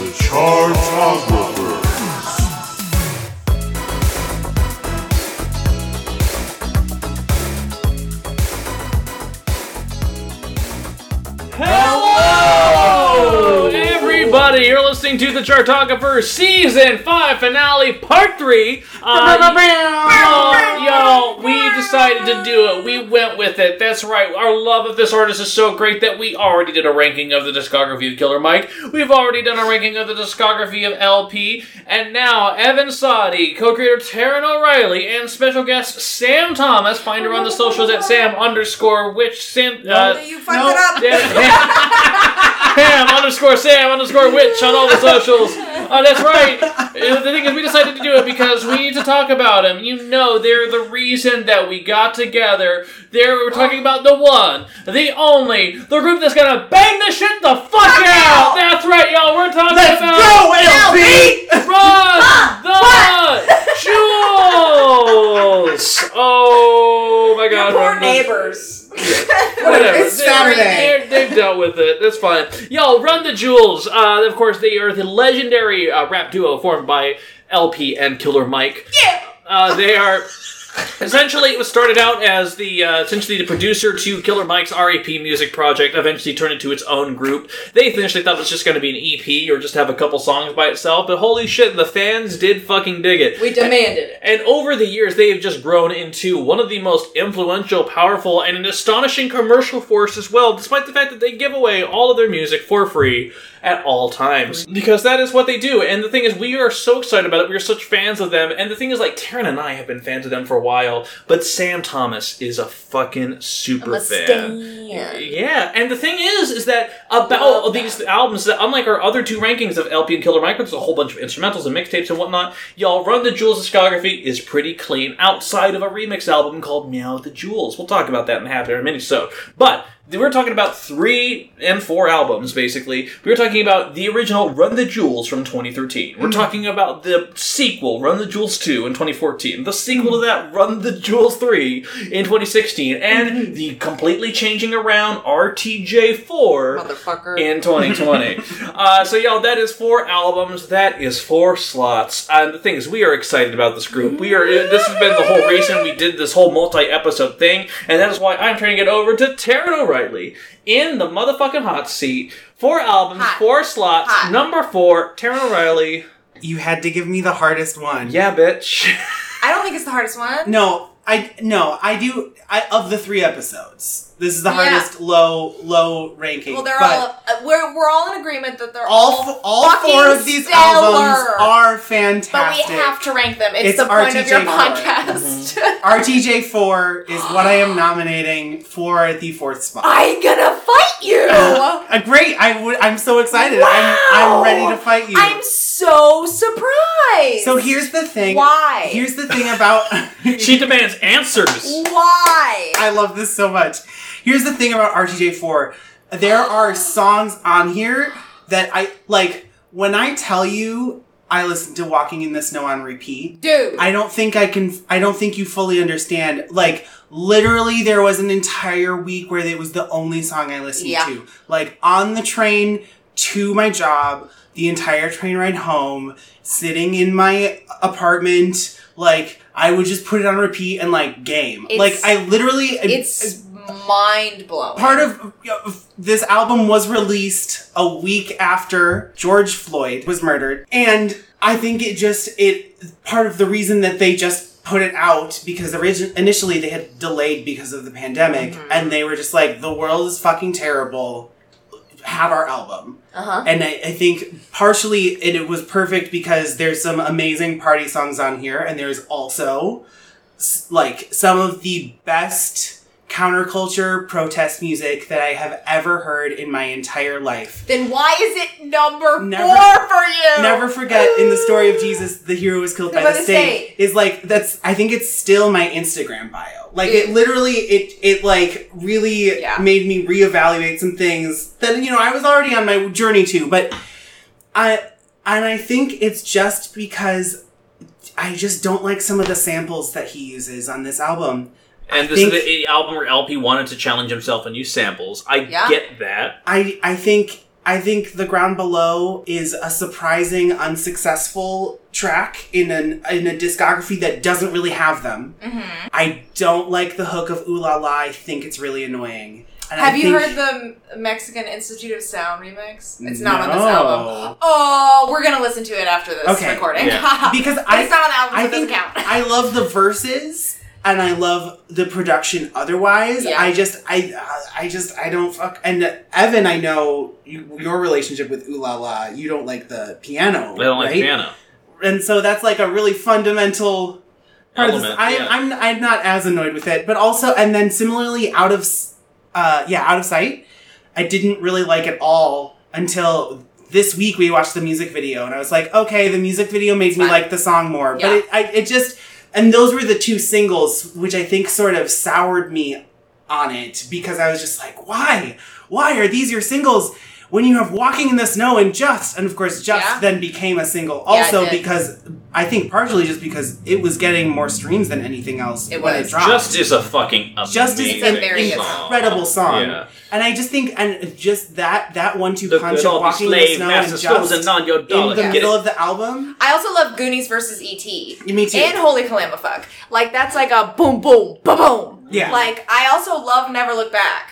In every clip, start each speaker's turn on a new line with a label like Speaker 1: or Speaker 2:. Speaker 1: The Chartographers.
Speaker 2: Hello, everybody! You're listening to the Chartographer Season Five Finale Part Three. Uh, y'all, y'all, we decided to do it. We went with it. That's right. Our love of this artist is so great that we already did a ranking of the discography of Killer Mike. We've already done a ranking of the discography of LP, and now Evan Sadi, co-creator Taryn O'Reilly, and special guest Sam Thomas. Find her on the socials at Sam underscore which Sam. Uh,
Speaker 3: You fucked it up.
Speaker 2: Damn it, Ham. Ham underscore Sam underscore Witch on all the socials. Oh, that's right. Uh, The thing is, we decided to do it because we need to talk about him. You know, they're the reason that we got together. There, we were talking about the one, the only, the group that's gonna bang the shit the fuck out. That's right, y'all. We're talking
Speaker 4: Let's
Speaker 2: about
Speaker 4: go, LP!
Speaker 2: Run the Jules. Oh my God,
Speaker 3: Your poor
Speaker 2: Run the-
Speaker 3: neighbors.
Speaker 2: Whatever.
Speaker 4: It's
Speaker 2: They-
Speaker 4: Saturday.
Speaker 2: they- They've dealt with it. That's fine. Y'all, Run the Jewels. Uh, of course, they are the legendary uh, rap duo formed by LP and Killer Mike.
Speaker 3: Yeah.
Speaker 2: Uh, they are essentially it was started out as the uh, essentially the producer to Killer Mike's RAP music project. Eventually turned into its own group. They initially thought it was just going to be an EP or just have a couple songs by itself. But holy shit, the fans did fucking dig it.
Speaker 3: We demanded it.
Speaker 2: And over the years, they have just grown into one of the most influential, powerful, and an astonishing commercial force as well, despite the fact that they give away all of their music for free at all times. Because that is what they do. And the thing is, we are so excited about it. We are such fans of them. And the thing is, like, Taryn and I have been fans of them for a while, but Sam Thomas is a fucking super fan. Yeah, and the thing is, is that about
Speaker 3: Love
Speaker 2: these albums, that unlike our other two rankings of LP and Killer Mike, there's a whole bunch of instrumentals and mixtapes and whatnot. Y'all, Run the Jewels discography is pretty clean, outside of a remix album called Meow the Jewels. We'll talk about that in a half hour in a minute. So, but we're talking about three and four albums basically. We were talking about the original Run the Jewels from 2013. We're talking about the sequel Run the Jewels 2 in 2014. The sequel to that Run the Jewels 3 in 2016 and the completely changing around RTJ 4
Speaker 3: Motherfucker.
Speaker 2: in 2020. uh, so, y'all, that is four albums. That is four slots. And the thing is, we are excited about this group. We are. This has been the whole reason we did this whole multi-episode thing, and that is why I'm turning it over to Taryn O'Reilly in the motherfucking hot seat. Four albums,
Speaker 3: Hot.
Speaker 2: four slots.
Speaker 3: Hot.
Speaker 2: Number four, Taryn O'Reilly.
Speaker 4: You had to give me the hardest one.
Speaker 2: Yeah, bitch.
Speaker 3: I don't think it's the hardest one.
Speaker 4: No, I no, I do I of the three episodes. This is the
Speaker 3: Yeah.
Speaker 4: hardest low low ranking.
Speaker 3: Well, they're
Speaker 4: but
Speaker 3: all. Uh, we're, we're all in agreement that they're
Speaker 4: all f- all
Speaker 3: fucking
Speaker 4: four of these
Speaker 3: stellar.
Speaker 4: albums are fantastic.
Speaker 3: But we have to rank them. It's,
Speaker 4: It's
Speaker 3: the point of your
Speaker 4: RTJ4.
Speaker 3: podcast.
Speaker 4: Mm-hmm. RTJ4 is what I am nominating for the fourth spot.
Speaker 3: I'm gonna fight you.
Speaker 4: Uh, great! I would. I'm so excited. I'm,
Speaker 3: Wow.
Speaker 4: I'm ready to fight you.
Speaker 3: I'm so surprised.
Speaker 4: so here's the thing.
Speaker 3: Why?
Speaker 4: Here's the thing about
Speaker 2: she demands answers.
Speaker 3: why.
Speaker 4: I love this so much. Here's the thing about RTJ4. There are songs on here that I like when I tell you I listen to Walking in the Snow on repeat.
Speaker 3: Dude.
Speaker 4: I don't think I can I don't think you fully understand. Like literally there was an entire week where it was the only song I listened
Speaker 3: Yeah.
Speaker 4: to. Like on the train to my job, the entire train ride home, sitting in my apartment, like I would just put it on repeat and like game.
Speaker 3: It's-
Speaker 4: like I literally
Speaker 3: it's mind blowing.
Speaker 4: part of this album was released a week after George Floyd was murdered and I think it just it part of the reason that they just put it out because origin- initially they had delayed because of the pandemic and they were just like the world is fucking terrible have our album
Speaker 3: Uh huh.
Speaker 4: and I, I think partially it, it was perfect because there's some amazing party songs on here, and there's also s- like some of the best counterculture protest music that I have ever heard in my entire life.
Speaker 3: Then why is it number
Speaker 4: Never-
Speaker 3: four for you?
Speaker 4: Never forget in the story of Jesus, the hero was killed by, the, state, Is like that's. I think it's still my Instagram bio. Like it
Speaker 3: Mm.
Speaker 4: literally, it it like really
Speaker 3: Yeah.
Speaker 4: made me reevaluate some things that you know I was already on my journey to, but I and I think it's just because I just don't like some of the samples that he uses on this album.
Speaker 2: And this
Speaker 4: think-
Speaker 2: is the album where LP wanted to challenge himself and use samples. I
Speaker 3: Yeah.
Speaker 2: get that.
Speaker 4: I I think I think The Ground Below is a surprising unsuccessful track in an in a discography that doesn't really have them.
Speaker 3: Mm-hmm.
Speaker 4: I don't like the hook of Ooh La La. I think it's really annoying. And I
Speaker 3: Have you
Speaker 4: think-
Speaker 3: heard the Mexican Institute of Sound remix? It's not on this
Speaker 4: No.
Speaker 3: album. Oh, we're gonna listen to it after this
Speaker 4: Okay.
Speaker 3: recording.
Speaker 2: Yeah.
Speaker 4: Because
Speaker 3: But
Speaker 4: I
Speaker 3: it's not on the album, so
Speaker 4: I
Speaker 3: it doesn't
Speaker 4: think
Speaker 3: count.
Speaker 4: I love the verses and I love the production otherwise.
Speaker 3: Yeah.
Speaker 4: I just I I just I don't fuck and Evan, I know you, your relationship with Ooh La La, you don't like the piano.
Speaker 2: I don't like
Speaker 4: right?
Speaker 2: piano.
Speaker 4: And so that's like a really fundamental part of this.
Speaker 2: Element,
Speaker 4: I,
Speaker 2: yeah.
Speaker 4: I'm I'm not as annoyed with it, but also and then similarly out of s- uh yeah, out of sight. I didn't really like it all until this week we watched the music video and I was like, okay, the music video made me
Speaker 3: Fine.
Speaker 4: like the song more,
Speaker 3: Yeah.
Speaker 4: but it I, it just and those were the two singles which I think sort of soured me on it because I was just like, why? Why are these your singles? When you have Walking in the Snow and Just, and of course, Just
Speaker 3: Yeah.
Speaker 4: then became a single
Speaker 3: Yeah, it
Speaker 4: also
Speaker 3: did.
Speaker 4: because I think partially just because it was getting more streams than anything else
Speaker 3: It
Speaker 4: when
Speaker 3: was.
Speaker 4: it dropped.
Speaker 2: Just is a fucking amazing
Speaker 4: Just is
Speaker 3: an It's a
Speaker 2: song.
Speaker 4: incredible song.
Speaker 2: Yeah.
Speaker 4: And I just think, and just that that one-two
Speaker 2: Look
Speaker 4: punch
Speaker 2: at
Speaker 4: of
Speaker 2: all these
Speaker 4: Walking in the
Speaker 2: slave
Speaker 4: Snow
Speaker 2: master
Speaker 4: and
Speaker 2: souls
Speaker 4: Just
Speaker 2: and non your
Speaker 4: in
Speaker 2: dollar.
Speaker 4: the
Speaker 2: Get
Speaker 4: middle
Speaker 2: it.
Speaker 4: of the album.
Speaker 3: I also love Goonies versus E.T.
Speaker 4: Me too.
Speaker 3: And Holy Kalamafuck. Like that's like a boom boom ba boom.
Speaker 4: Yeah.
Speaker 3: Like I also love Never Look Back.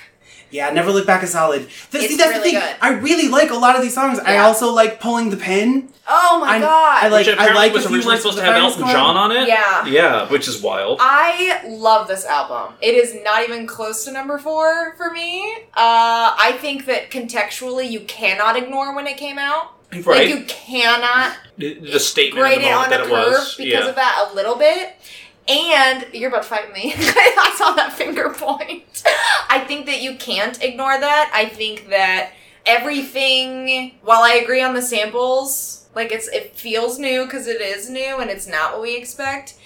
Speaker 4: Yeah, Never Look Back is solid. Th-
Speaker 3: It's
Speaker 4: see, that's
Speaker 3: really
Speaker 4: the thing.
Speaker 3: good.
Speaker 4: I really like a lot of these songs. I
Speaker 3: Yeah.
Speaker 4: also like Pulling the Pin.
Speaker 3: Oh my
Speaker 4: I'm-
Speaker 3: god.
Speaker 4: I like-
Speaker 2: which apparently
Speaker 4: like
Speaker 2: was
Speaker 4: a few
Speaker 2: originally
Speaker 4: words
Speaker 2: supposed to
Speaker 4: with
Speaker 2: have
Speaker 4: the
Speaker 2: Elton
Speaker 4: virus
Speaker 2: John on
Speaker 4: going.
Speaker 2: it.
Speaker 3: Yeah.
Speaker 2: yeah, which is wild.
Speaker 3: I love this album. It is not even close to number four for me. Uh, I think that contextually you cannot ignore when it came out.
Speaker 2: right,
Speaker 3: Like you cannot
Speaker 2: the the statement in
Speaker 3: grade
Speaker 2: the
Speaker 3: it on
Speaker 2: moment
Speaker 3: a
Speaker 2: that it
Speaker 3: curve
Speaker 2: was.
Speaker 3: because
Speaker 2: Yeah,
Speaker 3: of that a little bit. And you're about to fight me. I saw that finger point. I think that you can't ignore that. I think that everything, while I agree on the samples, like it's it feels new because it is new and it's not what we expect.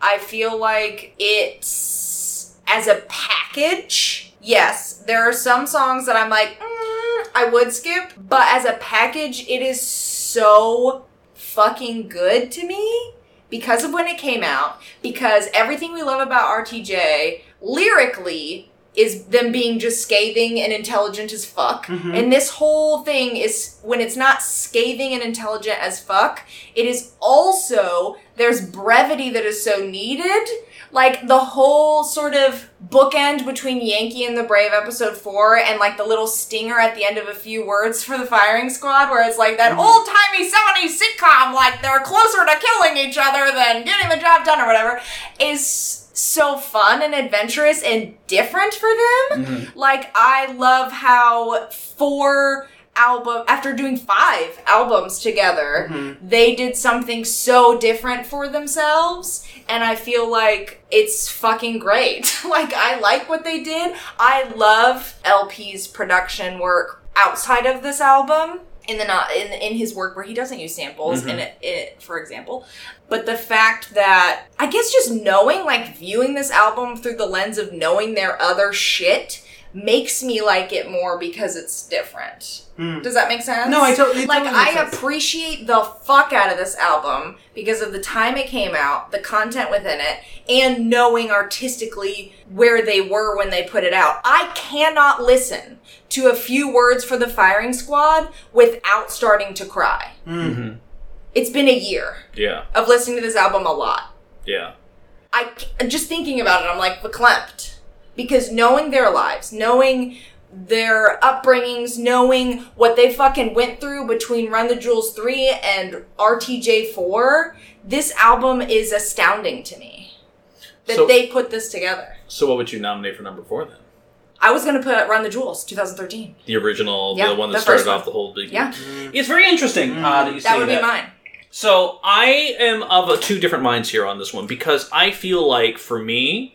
Speaker 3: I feel like it's as a package. Yes, there are some songs that I'm like, mm, I would skip, but as a package, it is so fucking good to me because of when it came out, because everything we love about RTJ lyrically is them being just scathing and intelligent as fuck.
Speaker 4: Mhm.
Speaker 3: And this whole thing is when it's not scathing and intelligent as fuck, it is also there's brevity that is so needed. Like the whole sort of bookend between Yankee and the Brave episode four, and like the little stinger at the end of a few words for the firing squad, where it's like that
Speaker 4: Mhm.
Speaker 3: old timey 70s sitcom, like they're closer to killing each other than getting the job done or whatever, is so fun and adventurous and different for them. Like, I love how four album after doing five albums together
Speaker 4: Mhm.
Speaker 3: they did something so different for themselves and i feel like it's fucking great like i like what they did i love lp's production work outside of this album in the not in, in his work where he doesn't use samples in it, it for example but the fact that i guess just knowing like viewing this album through the lens of knowing their other shit makes me like it more because it's different
Speaker 4: Mm.
Speaker 3: does that make sense
Speaker 4: No, I totally
Speaker 3: like
Speaker 4: totally makes
Speaker 3: I
Speaker 4: sense.
Speaker 3: appreciate the fuck out of this album because of the time it came out, the content within it, and knowing artistically where they were when they put it out. I cannot listen to a few words for the firing squad without starting to cry.
Speaker 2: Mhm.
Speaker 3: It's been a year
Speaker 2: yeah,
Speaker 3: of listening to this album a lot.
Speaker 2: yeah.
Speaker 3: I c- just thinking about it, I'm like verklempt because knowing their lives, knowing their upbringings, knowing what they fucking went through between Run the Jewels three and RTJ four, this album is astounding to me that
Speaker 2: So-
Speaker 3: they put this together.
Speaker 2: So, what would you nominate for number four then?
Speaker 3: I was gonna put Run the Jewels 2013.
Speaker 2: The original,
Speaker 3: Yeah,
Speaker 2: the one that
Speaker 3: the
Speaker 2: started
Speaker 3: first one.
Speaker 2: off the whole big.
Speaker 3: Yeah, Mm-hmm.
Speaker 2: It's very interesting. Uh, that you
Speaker 3: that
Speaker 2: say
Speaker 3: would be mine.
Speaker 2: So I am of uh, two different minds here on this one because I feel like for me,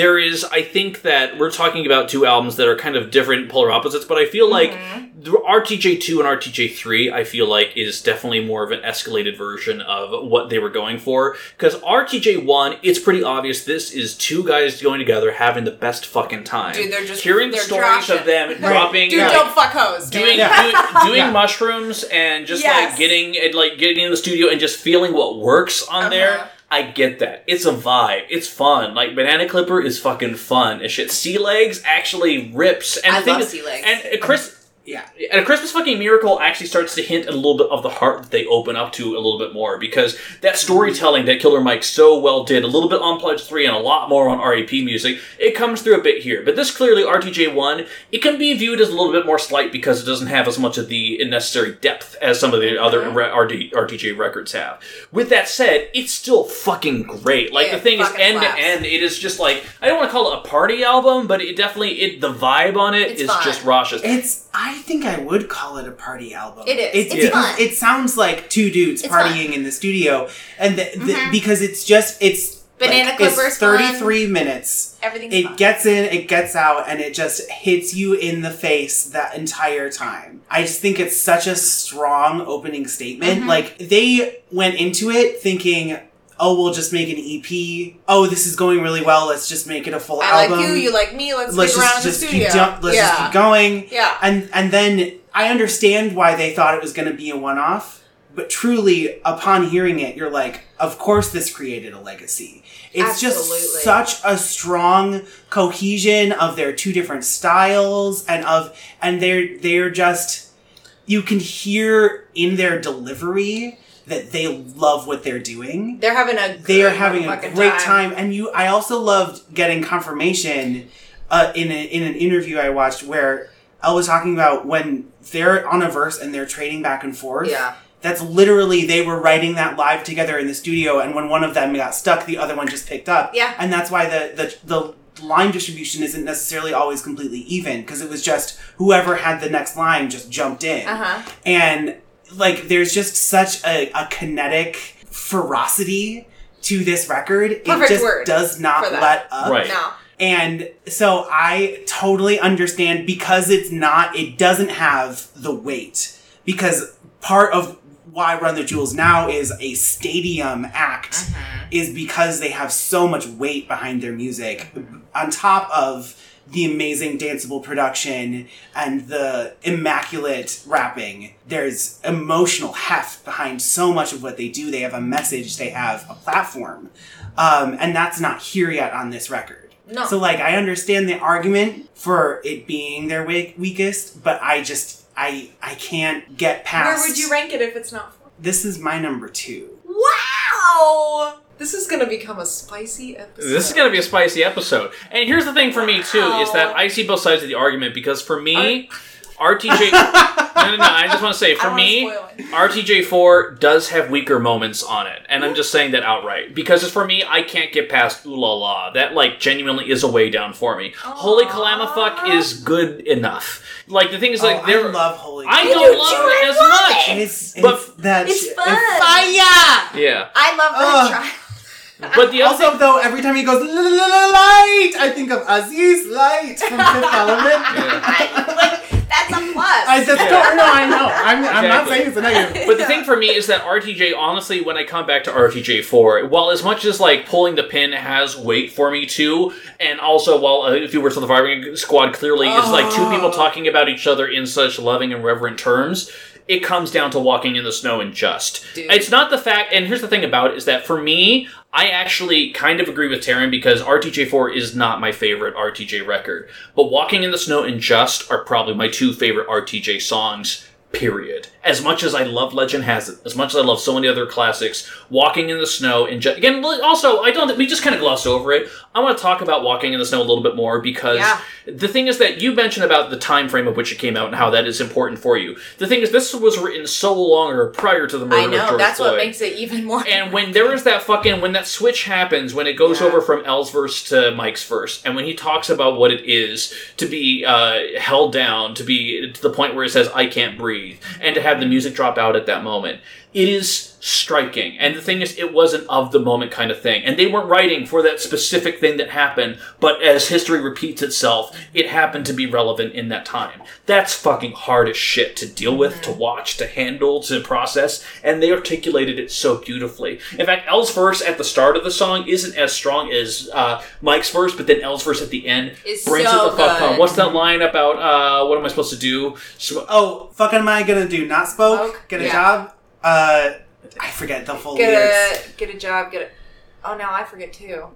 Speaker 2: there is. I think that we're talking about two albums that are kind of different, polar opposites. But I feel like
Speaker 3: Mm-hmm.
Speaker 2: the RTJ two and RTJ three, I feel like is definitely more of an escalated version of what they were going for. Because RTJ one, it's pretty obvious this is two guys going together having the best fucking time.
Speaker 3: Dude, they're just-
Speaker 2: hearing
Speaker 3: they're
Speaker 2: stories of
Speaker 3: joshing.
Speaker 2: them dropping.
Speaker 3: Dude,
Speaker 2: like,
Speaker 3: don't fuck hoes. man.
Speaker 2: doing
Speaker 4: Yeah.
Speaker 2: do- doing
Speaker 4: Yeah.
Speaker 2: mushrooms and just like
Speaker 3: Yes.
Speaker 2: getting and like getting in the studio and just feeling what works on
Speaker 3: Uh-huh.
Speaker 2: there. I get that. It's a vibe. It's fun. Like Banana Clipper is fucking fun as shit. Sea Legs actually rips. And
Speaker 3: I
Speaker 2: the thing
Speaker 3: love
Speaker 2: is-
Speaker 3: Sea Legs.
Speaker 2: And uh, Chris.
Speaker 4: Yeah.
Speaker 2: And a Christmas fucking miracle actually starts to hint at a little bit of the heart that they open up to a little bit more because that storytelling that Killer Mike so well did, a little bit on Pledge 3 and a lot more on REP music, it comes through a bit here. But this clearly, RTJ1, it can be viewed as a little bit more slight because it doesn't have as much of the necessary depth as some of the other
Speaker 3: Mm-hmm.
Speaker 2: re- RD, RTJ records have. With that said, it's still fucking great. Like,
Speaker 3: Yeah,
Speaker 2: the thing is
Speaker 3: fucking
Speaker 2: end
Speaker 3: slaps.
Speaker 2: to end, it is just like, I don't want to call it a party album, but it definitely, it the vibe on it
Speaker 3: It's
Speaker 2: is
Speaker 3: fun.
Speaker 2: just raucous.
Speaker 4: It's. I think I would call it a party album.
Speaker 3: It is. It's
Speaker 4: because
Speaker 3: fun.
Speaker 4: It sounds like two dudes
Speaker 3: It's Mm-hmm.
Speaker 4: partying in the studio, and the, the, because it's just it's
Speaker 3: Banana
Speaker 4: like, it's
Speaker 3: Clippers fun.
Speaker 4: Thirty-three minutes.
Speaker 3: Everything's
Speaker 4: it
Speaker 3: fun.
Speaker 4: gets in, it gets out, and it just hits you in the face that entire time. I just think it's such a strong opening statement.
Speaker 3: Mm-hmm.
Speaker 4: Like they went into it thinking. Oh, we'll just make an EP. Oh, this is going really well. Let's just make it a full
Speaker 3: I
Speaker 4: album
Speaker 3: like you, you like me, let's,
Speaker 4: let's
Speaker 3: get around
Speaker 4: just, just
Speaker 3: in the
Speaker 4: keep
Speaker 3: studio.
Speaker 4: jump, let's
Speaker 3: yeah.
Speaker 4: just keep going.
Speaker 3: Yeah.
Speaker 4: And and then I understand why they thought it was going to be a one off, but truly upon hearing it you're like, of course this created a legacy. It's
Speaker 3: Absolutely.
Speaker 4: just such a strong cohesion of their two different styles and of and they're they're just you can hear in their delivery that they love what they're doing
Speaker 3: They're having a
Speaker 4: they are
Speaker 3: good
Speaker 4: having a
Speaker 3: fucking
Speaker 4: great time. and you i also loved getting confirmation uh, in, a, in an interview i watched where elle was talking about when they're on a verse and they're trading back and forth
Speaker 3: Yeah.
Speaker 4: that's literally they were writing that live together in the studio and when one of them got stuck the other one just picked up
Speaker 3: Yeah.
Speaker 4: and that's why the the, the line distribution isn't necessarily always completely even because it was just whoever had the next line just jumped in
Speaker 3: Uh-huh.
Speaker 4: and like there's just such a, a kinetic ferocity to this record it
Speaker 3: Perfect
Speaker 4: just
Speaker 3: word
Speaker 4: does
Speaker 3: for
Speaker 4: not
Speaker 3: that.
Speaker 4: let up
Speaker 2: Right.
Speaker 3: No.
Speaker 4: and so i totally understand because it's not it doesn't have the weight because part of why run the jewels now is a stadium act is because they have so much weight behind their music on top of the amazing danceable production and the immaculate rapping there's emotional heft behind so much of what they do they have a message they have a platform um, and that's not here yet on this record
Speaker 3: No.
Speaker 4: so like i understand the argument for it being their we- weakest but i just i i can't get past
Speaker 3: Where would you rank it if it's not four?
Speaker 4: this is my number two
Speaker 3: Wow! This is gonna become a spicy episode.
Speaker 2: This is going to be a spicy episode. And here's the thing for me, too, is that I see both sides of the argument because for me, RTJ. no, no, no. I just want to say,
Speaker 3: I
Speaker 2: for
Speaker 3: don't
Speaker 2: me,
Speaker 3: wanna spoil it.
Speaker 2: RTJ4 does have weaker moments on it. And I'm just saying that outright. Because as for me, I can't get past Ooh La La. That, like, genuinely is a way down for me. Holy Kalamafuck is good enough. Like, the thing is, like,
Speaker 4: oh,
Speaker 2: there.
Speaker 4: i love holy
Speaker 2: I
Speaker 4: Grail.
Speaker 2: don't
Speaker 3: do
Speaker 2: love
Speaker 3: too,
Speaker 2: it
Speaker 3: I
Speaker 2: as
Speaker 3: love
Speaker 2: much.
Speaker 3: it.
Speaker 4: It's,
Speaker 2: But-
Speaker 4: it's that
Speaker 3: It's
Speaker 4: shit-
Speaker 3: fun.
Speaker 4: fire.
Speaker 2: Yeah.
Speaker 3: I love
Speaker 4: Ugh.
Speaker 3: that trial.
Speaker 2: But the other
Speaker 4: Also, though, every time he goes "La, la, la, la, light, I think of Aziz Light from Fifth Element.
Speaker 2: Yeah.
Speaker 3: like, that's a plus.
Speaker 4: I just don't know. I know. I'm, I'm not
Speaker 2: Exactly.
Speaker 4: saying it's a negative.
Speaker 2: But the thing for me is that RTJ, honestly, when I come back to RTJ 4, while as much as like pulling the pin has weight for me too, and also while uh, if you were on the firing squad clearly is like two people talking about each other in such loving and reverent terms, it comes down to walking in the snow and just.
Speaker 3: Dude.
Speaker 2: It's not the fact, and here's the thing about it is that for me, I actually kind of agree with Taryn because RTJ4 is not my favorite RTJ record, but Walking in the Snow and Just are probably my two favorite RTJ songs. Period. As much as I love Legend Has It, as much as I love so many other classics, Walking in the Snow and Just again. li- Also, I don't. We just kind of glossed over it. I want to talk about Walking in the Snow a little bit more because
Speaker 3: Yeah.
Speaker 2: the thing is that you mentioned about the time frame of which it came out and how that is important for you. The thing is, this was written so long or prior to the murder
Speaker 3: I
Speaker 2: of
Speaker 3: know,
Speaker 2: George
Speaker 3: that's what
Speaker 2: Floyd.
Speaker 3: makes it even more.
Speaker 2: And when there is that fucking when that switch happens, when it goes
Speaker 3: Yeah.
Speaker 2: over from L's verse to Mike's verse, and when he talks about what it is to be uh, held down, to be to the point where it says "I can't breathe," and to have the music drop out at that moment, it is striking. And the thing is, it was an of the moment kind of thing, and they weren't writing for that specific thing that happened. But as history repeats itself, it happened to be relevant in that time. That's fucking hard as shit to deal with, to
Speaker 3: Mm-hmm.
Speaker 2: watch, to handle, to process, and they articulated it so beautifully. In fact, Elle's verse at the start of the song isn't as strong as uh, Mike's verse, but then Elle's verse at the end
Speaker 3: It's
Speaker 2: brings
Speaker 3: so
Speaker 2: it the fuck
Speaker 3: good.
Speaker 2: home. What's that line about? Uh, what am I supposed to do? Sm-
Speaker 4: Oh, fuck am I gonna do? Not spoke?
Speaker 3: Spoke?
Speaker 4: Get a
Speaker 3: Yeah.
Speaker 4: job? Uh, I forget the full
Speaker 3: get
Speaker 4: lyrics.
Speaker 3: a, get a job, get a. Oh, now I forget too.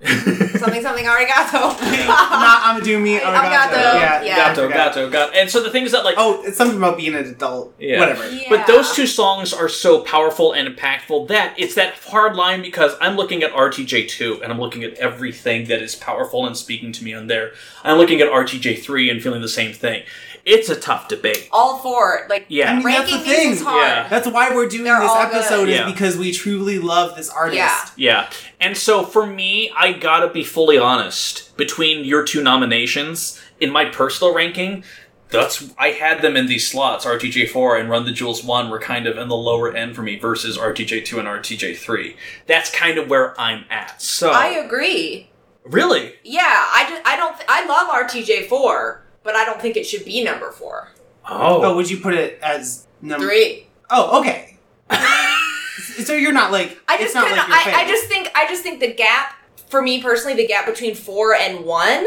Speaker 3: something, something arigato.
Speaker 4: Not Amadou me,
Speaker 3: Arigato,
Speaker 4: Arigato. Yeah,
Speaker 3: yeah.
Speaker 4: I
Speaker 2: Gato,
Speaker 4: forgot.
Speaker 2: gato, gato. And so the thing is that like
Speaker 4: Oh, it's something about being an adult.
Speaker 2: Yeah.
Speaker 4: Whatever.
Speaker 3: Yeah.
Speaker 2: But those two songs are so powerful and impactful that it's that hard line because I'm looking at RTJ2 and I'm looking at everything that is powerful and speaking to me on there. I'm looking at RTJ3 and feeling the same thing. It's a tough debate.
Speaker 3: All four. Like,
Speaker 2: Yeah. I
Speaker 4: mean, that's the
Speaker 3: ranking these is
Speaker 4: thing.
Speaker 3: hard.
Speaker 2: Yeah.
Speaker 4: That's why we're doing
Speaker 3: They're
Speaker 4: this
Speaker 3: all good.
Speaker 4: episode
Speaker 2: Yeah.
Speaker 4: is because we truly love this artist.
Speaker 3: Yeah.
Speaker 2: Yeah. And so for me, I gotta be fully honest. Between your two nominations, in my personal ranking, that's I had them in these slots. RTJ4 and Run the Jewels 1 were kind of in the lower end for me versus RTJ2 and RTJ3. That's kind of where I'm at. So
Speaker 3: I agree.
Speaker 2: Really?
Speaker 3: Yeah, I just I don't I love RTJ four, but I don't think it should be number four.
Speaker 4: Oh,
Speaker 2: Oh.
Speaker 4: would you put it as number
Speaker 3: Three.
Speaker 4: Oh, okay. so you're not like
Speaker 3: I just
Speaker 4: it's not
Speaker 3: couldn't.
Speaker 4: like your fave.
Speaker 3: I, I just think I just think the gap for me personally, the gap between four and one,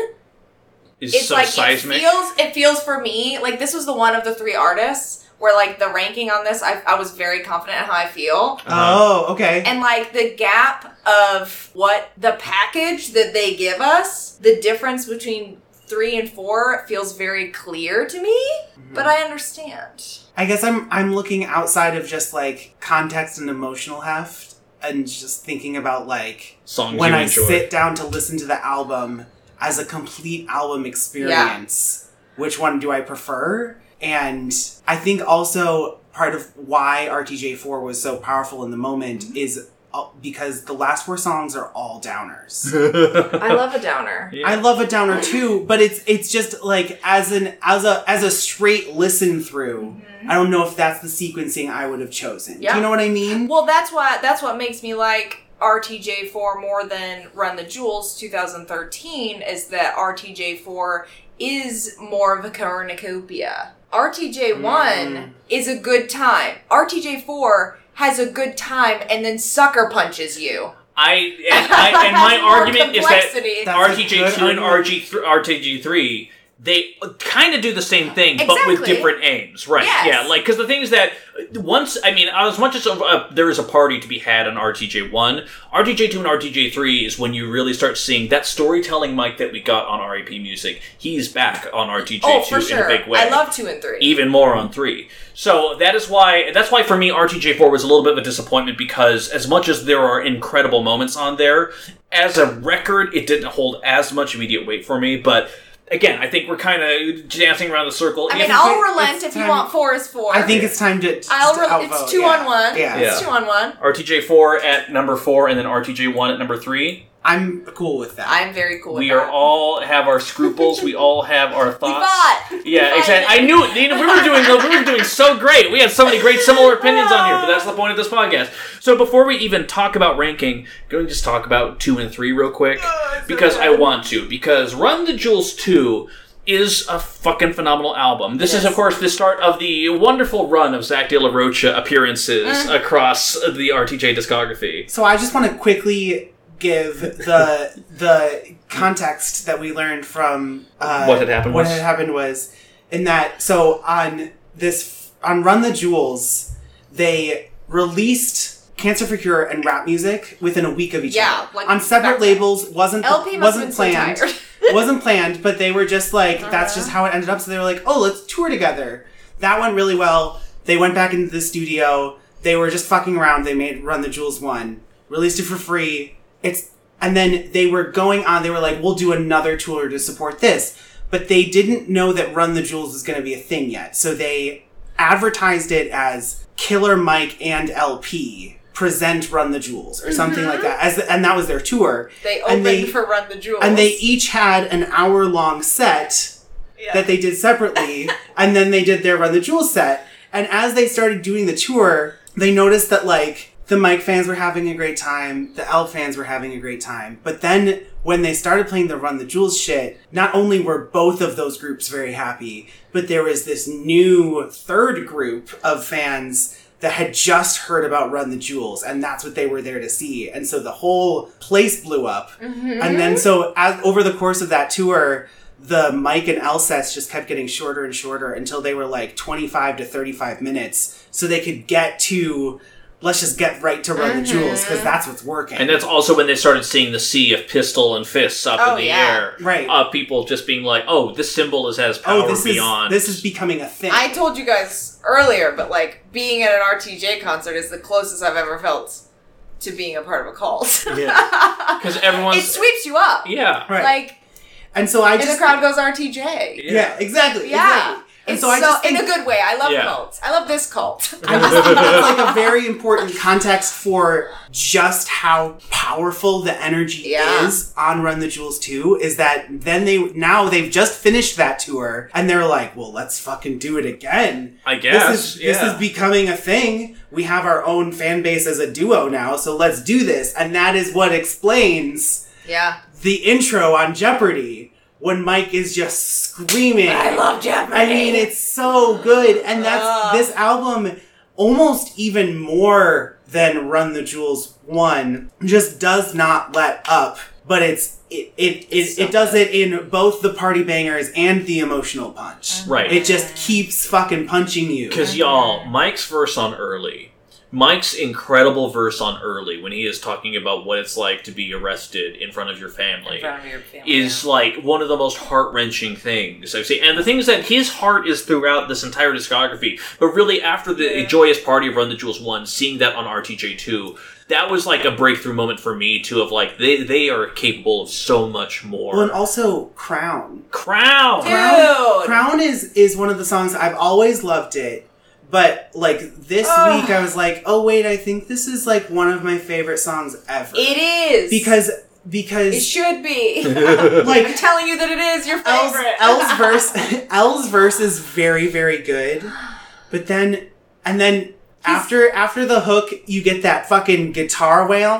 Speaker 2: Is
Speaker 3: it's
Speaker 2: so
Speaker 3: like
Speaker 2: seismic.
Speaker 3: it feels it feels for me like this was the one of the three artists where like the ranking on this I, I was very confident in how I feel.
Speaker 2: Uh-huh.
Speaker 4: Oh, okay.
Speaker 3: And like the gap of what the package that they give us, the difference between three and four feels very clear to me, but I understand.
Speaker 4: I guess I'm I'm looking outside of just like context and emotional heft and just thinking about like
Speaker 2: Songs
Speaker 4: when
Speaker 2: you
Speaker 4: I
Speaker 2: enjoy.
Speaker 4: sit down to listen to the album as a complete album experience, which one do I prefer? And I think also part of why RTJ4 was so powerful in the moment
Speaker 3: Mm-hmm.
Speaker 4: is uh, because the last four songs are all downers.
Speaker 3: I love a downer.
Speaker 2: Yeah.
Speaker 4: I love a downer too, but it's it's just like as an as a as a straight listen through. I don't know if that's the sequencing I would have chosen. Do
Speaker 3: Mm-hmm. Yeah.
Speaker 4: you know what I mean?
Speaker 3: Well, that's why that's what makes me like RTJ4 more than Run the Jewels 2013 is that RTJ4 is more of a cornucopia. RTJ1
Speaker 2: Mm.
Speaker 3: is a good time. RTJ4 has a good time and then sucker punches you.
Speaker 2: I and, I, and my
Speaker 3: Has more
Speaker 2: argument is that
Speaker 3: complexity.
Speaker 4: That's a good
Speaker 2: RTJ2 and
Speaker 4: argument.
Speaker 2: RG RTG3 they kind of do the same thing but with
Speaker 3: Exactly.
Speaker 2: different aims right
Speaker 3: Yes.
Speaker 2: yeah like because the thing is that once i mean as much as uh, there is a party to be had on rtj1 rtj2 and rtj3 is when you really start seeing that storytelling mic that we got on rap music he's back on rtj2
Speaker 3: oh, for
Speaker 2: in a
Speaker 3: sure.
Speaker 2: big way
Speaker 3: I love 2 and 3.
Speaker 2: even more on three. So that is why that's why for me RTJ4 was a little bit of a disappointment because as much as there are incredible moments on there, as a record it didn't hold as much immediate weight for me. But again, I think we're kind of dancing around the circle.
Speaker 3: I
Speaker 2: If-
Speaker 3: mean, I'll
Speaker 4: it's-
Speaker 3: relent
Speaker 4: it's
Speaker 3: if you
Speaker 4: time-
Speaker 3: want 4 is 4.
Speaker 4: I think it's time to.
Speaker 3: I'll
Speaker 4: to
Speaker 3: re-
Speaker 4: outvote,
Speaker 3: it's 2
Speaker 4: yeah.
Speaker 3: on 1.
Speaker 4: Yeah.
Speaker 2: Yeah.
Speaker 3: It's 2 on 1.
Speaker 2: RTJ4 at number four and then RTJ1 at number three.
Speaker 4: I'm cool with that.
Speaker 3: I'm very cool with
Speaker 2: we
Speaker 3: that.
Speaker 2: are all have our scruples. we all have our
Speaker 3: We
Speaker 2: thoughts.
Speaker 3: fought. We
Speaker 2: Yeah,
Speaker 3: fought
Speaker 2: exactly.
Speaker 3: it.
Speaker 2: I knew it. You know, we were doing we were doing so great. We had so many great similar opinions on here, but that's the point of this podcast. So before we even talk about ranking, going to just talk about two and three real quick because Oh, I want to. Because Run the Jewels two is a fucking phenomenal album. This is,
Speaker 3: Yes.
Speaker 2: of course, the start of the wonderful run of Zach De La Rocha appearances across the RTJ discography.
Speaker 4: So I just want to quickly give the the context that we learned from uh,
Speaker 2: What had happened
Speaker 4: What
Speaker 2: was-
Speaker 4: had happened was in that so on this on Run the Jewels, they released Cancer for Cure and rap music within a week of each
Speaker 3: Yeah,
Speaker 4: other
Speaker 3: like
Speaker 4: on separate
Speaker 3: back-
Speaker 4: labels. wasn't
Speaker 3: LP must
Speaker 4: wasn't
Speaker 3: have been so
Speaker 4: planned.
Speaker 3: tired.
Speaker 4: wasn't planned, but they were just like that's
Speaker 3: Uh-huh.
Speaker 4: just how it ended up. So they were like, oh, let's tour together. That went really well. They went back into the studio. They were just fucking around. They made Run the Jewels one, released it for free. It's and then they were going on. They were like, we'll do another tour to support this, but they didn't know that Run the Jewels was going to be a thing yet. So they advertised it as Killer Mike and LP present Run the Jewels or something like that. As and that was their tour.
Speaker 3: Mm-hmm. They opened
Speaker 4: And they-
Speaker 3: for Run the Jewels.
Speaker 4: and they each had an hour long set that they did separately, and then they did their Run the Jewels set. And as they started doing the tour, they noticed that like the Mike fans were having a great time, the L fans were having a great time. But then when they started playing the Run the Jewels shit, not only were both of those groups very happy, but there was this new third group of fans that had just heard about Run the Jewels, and that's what they were there to see. And so the whole place blew up.
Speaker 3: Mm-hmm.
Speaker 4: And then so as over the course of that tour, the Mike and L sets just kept getting shorter and shorter until they were like 25 to 35 minutes, so they could get to let's just get right to Run
Speaker 3: Mm-hmm.
Speaker 4: the Jewels because that's what's working.
Speaker 2: And that's also when they started seeing the sea of pistol and fists up
Speaker 3: Oh,
Speaker 2: in the
Speaker 3: yeah.
Speaker 2: air.
Speaker 4: Right.
Speaker 2: Uh, people just being like, oh, this symbol is has power
Speaker 4: oh, this
Speaker 2: beyond.
Speaker 4: is this is becoming a thing.
Speaker 3: I told you guys earlier, but like being at an RTJ concert is the closest I've ever felt to being a part of a cult.
Speaker 4: Yeah.
Speaker 2: Because everyone's.
Speaker 3: it sweeps you up.
Speaker 2: yeah.
Speaker 4: right.
Speaker 3: Like,
Speaker 4: and so I
Speaker 3: and the
Speaker 4: just
Speaker 3: crowd goes RTJ.
Speaker 4: yeah. exactly
Speaker 3: Yeah.
Speaker 4: exactly. And
Speaker 3: It's
Speaker 4: so I just think
Speaker 3: in a good way. I love
Speaker 2: Yeah.
Speaker 3: cults. I love this cult.
Speaker 4: I just think that's like a very important context for just how powerful the energy
Speaker 3: Yeah.
Speaker 4: is on Run the Jewels 2 is that then they now they've just finished that tour and they're like, well, let's fucking do it again.
Speaker 2: I guess.
Speaker 4: This is
Speaker 2: yeah.
Speaker 4: this is becoming a thing. We have our own fan base as a duo now, so let's do this. And that is what explains
Speaker 3: yeah.
Speaker 4: the intro on Jeopardy when Mike is just screaming.
Speaker 3: Jeopardy.
Speaker 4: I mean, it's so good, and that's
Speaker 3: Ugh.
Speaker 4: this album almost even more than Run the Jewels one just does not let up, but it's it it it,
Speaker 3: so
Speaker 4: it does it in both the party bangers and the emotional punch.
Speaker 3: Uh-huh.
Speaker 2: Right.
Speaker 4: It just keeps fucking punching you.
Speaker 2: Because y'all, Mike's verse on early, Mike's incredible verse on early when he is talking about what it's like to be arrested in front of your family. Is like one of the most heart wrenching things I've seen, and the thing is that his heart is throughout this entire discography. But really, after the
Speaker 3: Yeah.
Speaker 2: joyous party of Run the Jewels one, seeing that on RTJ two, that was like a breakthrough moment for me too. Of like they they are capable of so much more.
Speaker 4: Well, and also Crown.
Speaker 2: Crown,
Speaker 3: Dude.
Speaker 4: Crown, Crown is is one of the songs I've always loved it. But like this
Speaker 3: Ugh.
Speaker 4: week, I was like, oh wait, I think this is like one of my favorite songs ever.
Speaker 3: It is.
Speaker 4: because because
Speaker 3: it should be. I'm
Speaker 4: like
Speaker 3: telling you that it is your
Speaker 4: Elle's,
Speaker 3: favorite.
Speaker 4: Elle's verse Elle's verse is very very good, but then and then after after the hook you get that fucking guitar wail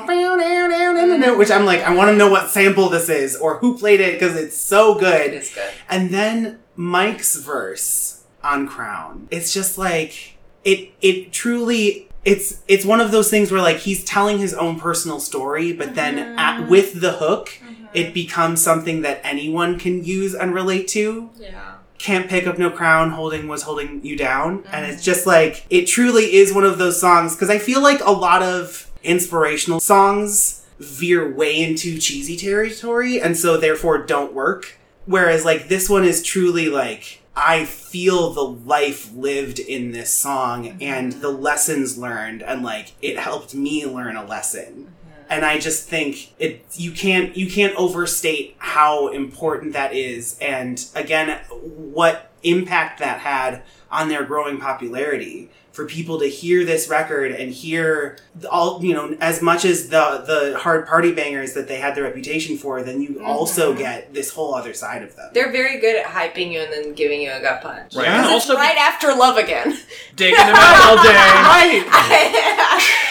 Speaker 4: which I'm like I want to know what sample this is or who played it because it's so
Speaker 3: It
Speaker 4: good.
Speaker 3: is good.
Speaker 4: And then Mike's verse on Crown. It's just like it it truly it's it's one of those things where like he's telling his own personal story, but then at, with the hook, it becomes something that anyone can use and relate to.
Speaker 3: Yeah.
Speaker 4: Can't pick up no crown, holding was holding you down, and it's just like it truly is one of those songs because I feel like a lot of inspirational songs veer way into cheesy territory, and so therefore don't work. Whereas like this one is truly like I feel the life lived in this song and the lessons learned and like it helped me learn a lesson. And I just think it you can't you can't overstate how important that is and again what impact that had on their growing popularity for people to hear this record and hear all you know as much as the the hard party bangers that they had the reputation for then you
Speaker 3: Mm-hmm.
Speaker 4: also get this whole other side of them
Speaker 5: They're very good at hyping you and then giving you a gut punch.
Speaker 2: right?
Speaker 4: Yeah.
Speaker 2: And also
Speaker 3: right after Love Again.
Speaker 2: digging him out all day,
Speaker 4: right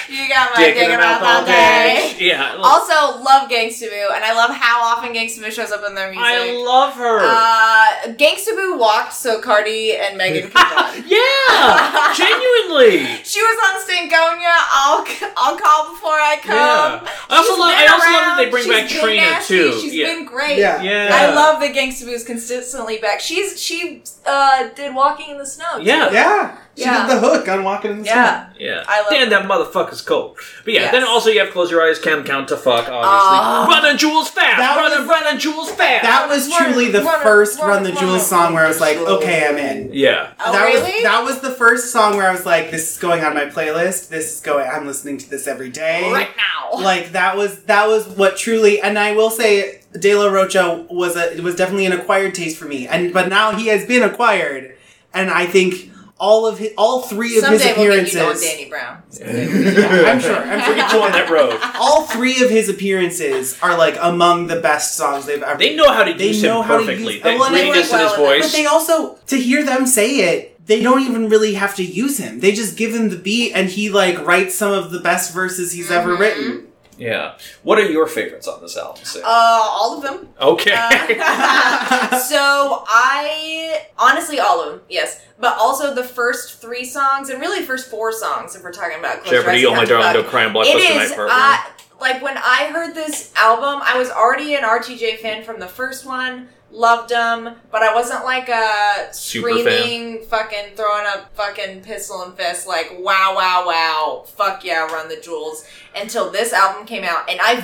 Speaker 3: you got my
Speaker 2: digging
Speaker 3: dick
Speaker 2: him
Speaker 3: about
Speaker 2: out all day. Yeah,
Speaker 3: Also, love Gangstabu, and I love how often Gangstabu shows up in their music.
Speaker 2: I love her.
Speaker 3: Uh, Gangstabu walked so Cardi and Megan could run.
Speaker 2: yeah, genuinely.
Speaker 3: She was on Stangonia. I'll I'll call before I come.
Speaker 2: Yeah. I also
Speaker 3: She's
Speaker 2: love. I
Speaker 3: been
Speaker 2: also love that
Speaker 3: around.
Speaker 2: they bring
Speaker 3: She's
Speaker 2: back
Speaker 3: been
Speaker 2: Trina
Speaker 3: nasty.
Speaker 2: too.
Speaker 3: She's
Speaker 2: yeah.
Speaker 3: been great.
Speaker 4: Yeah.
Speaker 2: yeah.
Speaker 3: I love that Gangstabu's consistently back. She's she uh did Walking in the Snow. too.
Speaker 2: Yeah.
Speaker 4: yeah she
Speaker 3: Yeah.
Speaker 4: did the hook on walking in the
Speaker 3: yeah.
Speaker 2: Yeah.
Speaker 3: I love
Speaker 2: Damn, that motherfucker's cold. But yeah,
Speaker 3: Yes.
Speaker 2: then also you have Close Your Eyes, Can Count to Fuck,
Speaker 3: Ah.
Speaker 2: obviously. Running Jewels fast!
Speaker 4: That
Speaker 2: Running,
Speaker 4: was-
Speaker 2: running Jewels fast!
Speaker 4: that was
Speaker 3: Run it,
Speaker 4: truly the
Speaker 3: run it,
Speaker 4: first
Speaker 3: run
Speaker 4: run
Speaker 3: it,
Speaker 4: the
Speaker 3: run it,
Speaker 4: jewels song where i was like okay i'm in
Speaker 2: yeah.
Speaker 3: Oh,
Speaker 4: that
Speaker 3: really?
Speaker 4: was that was the first song where I was like, "This is going on my playlist. This is going. I'm listening to this every day."
Speaker 3: right now.
Speaker 4: Like that was that was what truly. And I will say, De La Rocha was a was definitely an acquired taste for me. And but now he has been acquired, and I think all of his, all three of his
Speaker 3: Someday we'll get
Speaker 4: appearances.
Speaker 3: you on Danny Brown.
Speaker 4: Yeah, I'm sure. I'm sure.
Speaker 2: Get you on that road.
Speaker 4: All three of his appearances are like among the best songs they've ever.
Speaker 2: They know how to
Speaker 4: They
Speaker 2: use
Speaker 4: know
Speaker 2: him
Speaker 4: how to
Speaker 2: perfectly.
Speaker 4: use-
Speaker 2: That
Speaker 4: well, and they
Speaker 2: greenness
Speaker 3: work
Speaker 2: in his
Speaker 3: well with it,
Speaker 2: voice.
Speaker 4: But they also, to hear them say it, they don't even really have to use him. They just give him the beat and he like writes some of the best verses he's ever
Speaker 3: Mm-hmm.
Speaker 4: written.
Speaker 2: yeah. What are your favorites on this album, Sam?
Speaker 3: Uh, all of them.
Speaker 2: okay.
Speaker 3: Uh, so I honestly all of them, yes, but also the first three songs and really first four songs if we're talking about Close Your Eyes
Speaker 2: Jeopardy,
Speaker 3: and
Speaker 2: Oh My
Speaker 3: Count to
Speaker 2: Darling,
Speaker 3: Fuck.
Speaker 2: Don't Cry, and Blockbuster
Speaker 3: It
Speaker 2: Night
Speaker 3: is
Speaker 2: Partner.
Speaker 3: uh, Like when I heard this album, I was already an RTJ fan from the first one. Loved them, but I wasn't like a
Speaker 2: Super
Speaker 3: screaming, fucking throwing up, fucking pistol and fist, like wow, wow, wow, fuck yeah, run the jewels. Until this album came out, and I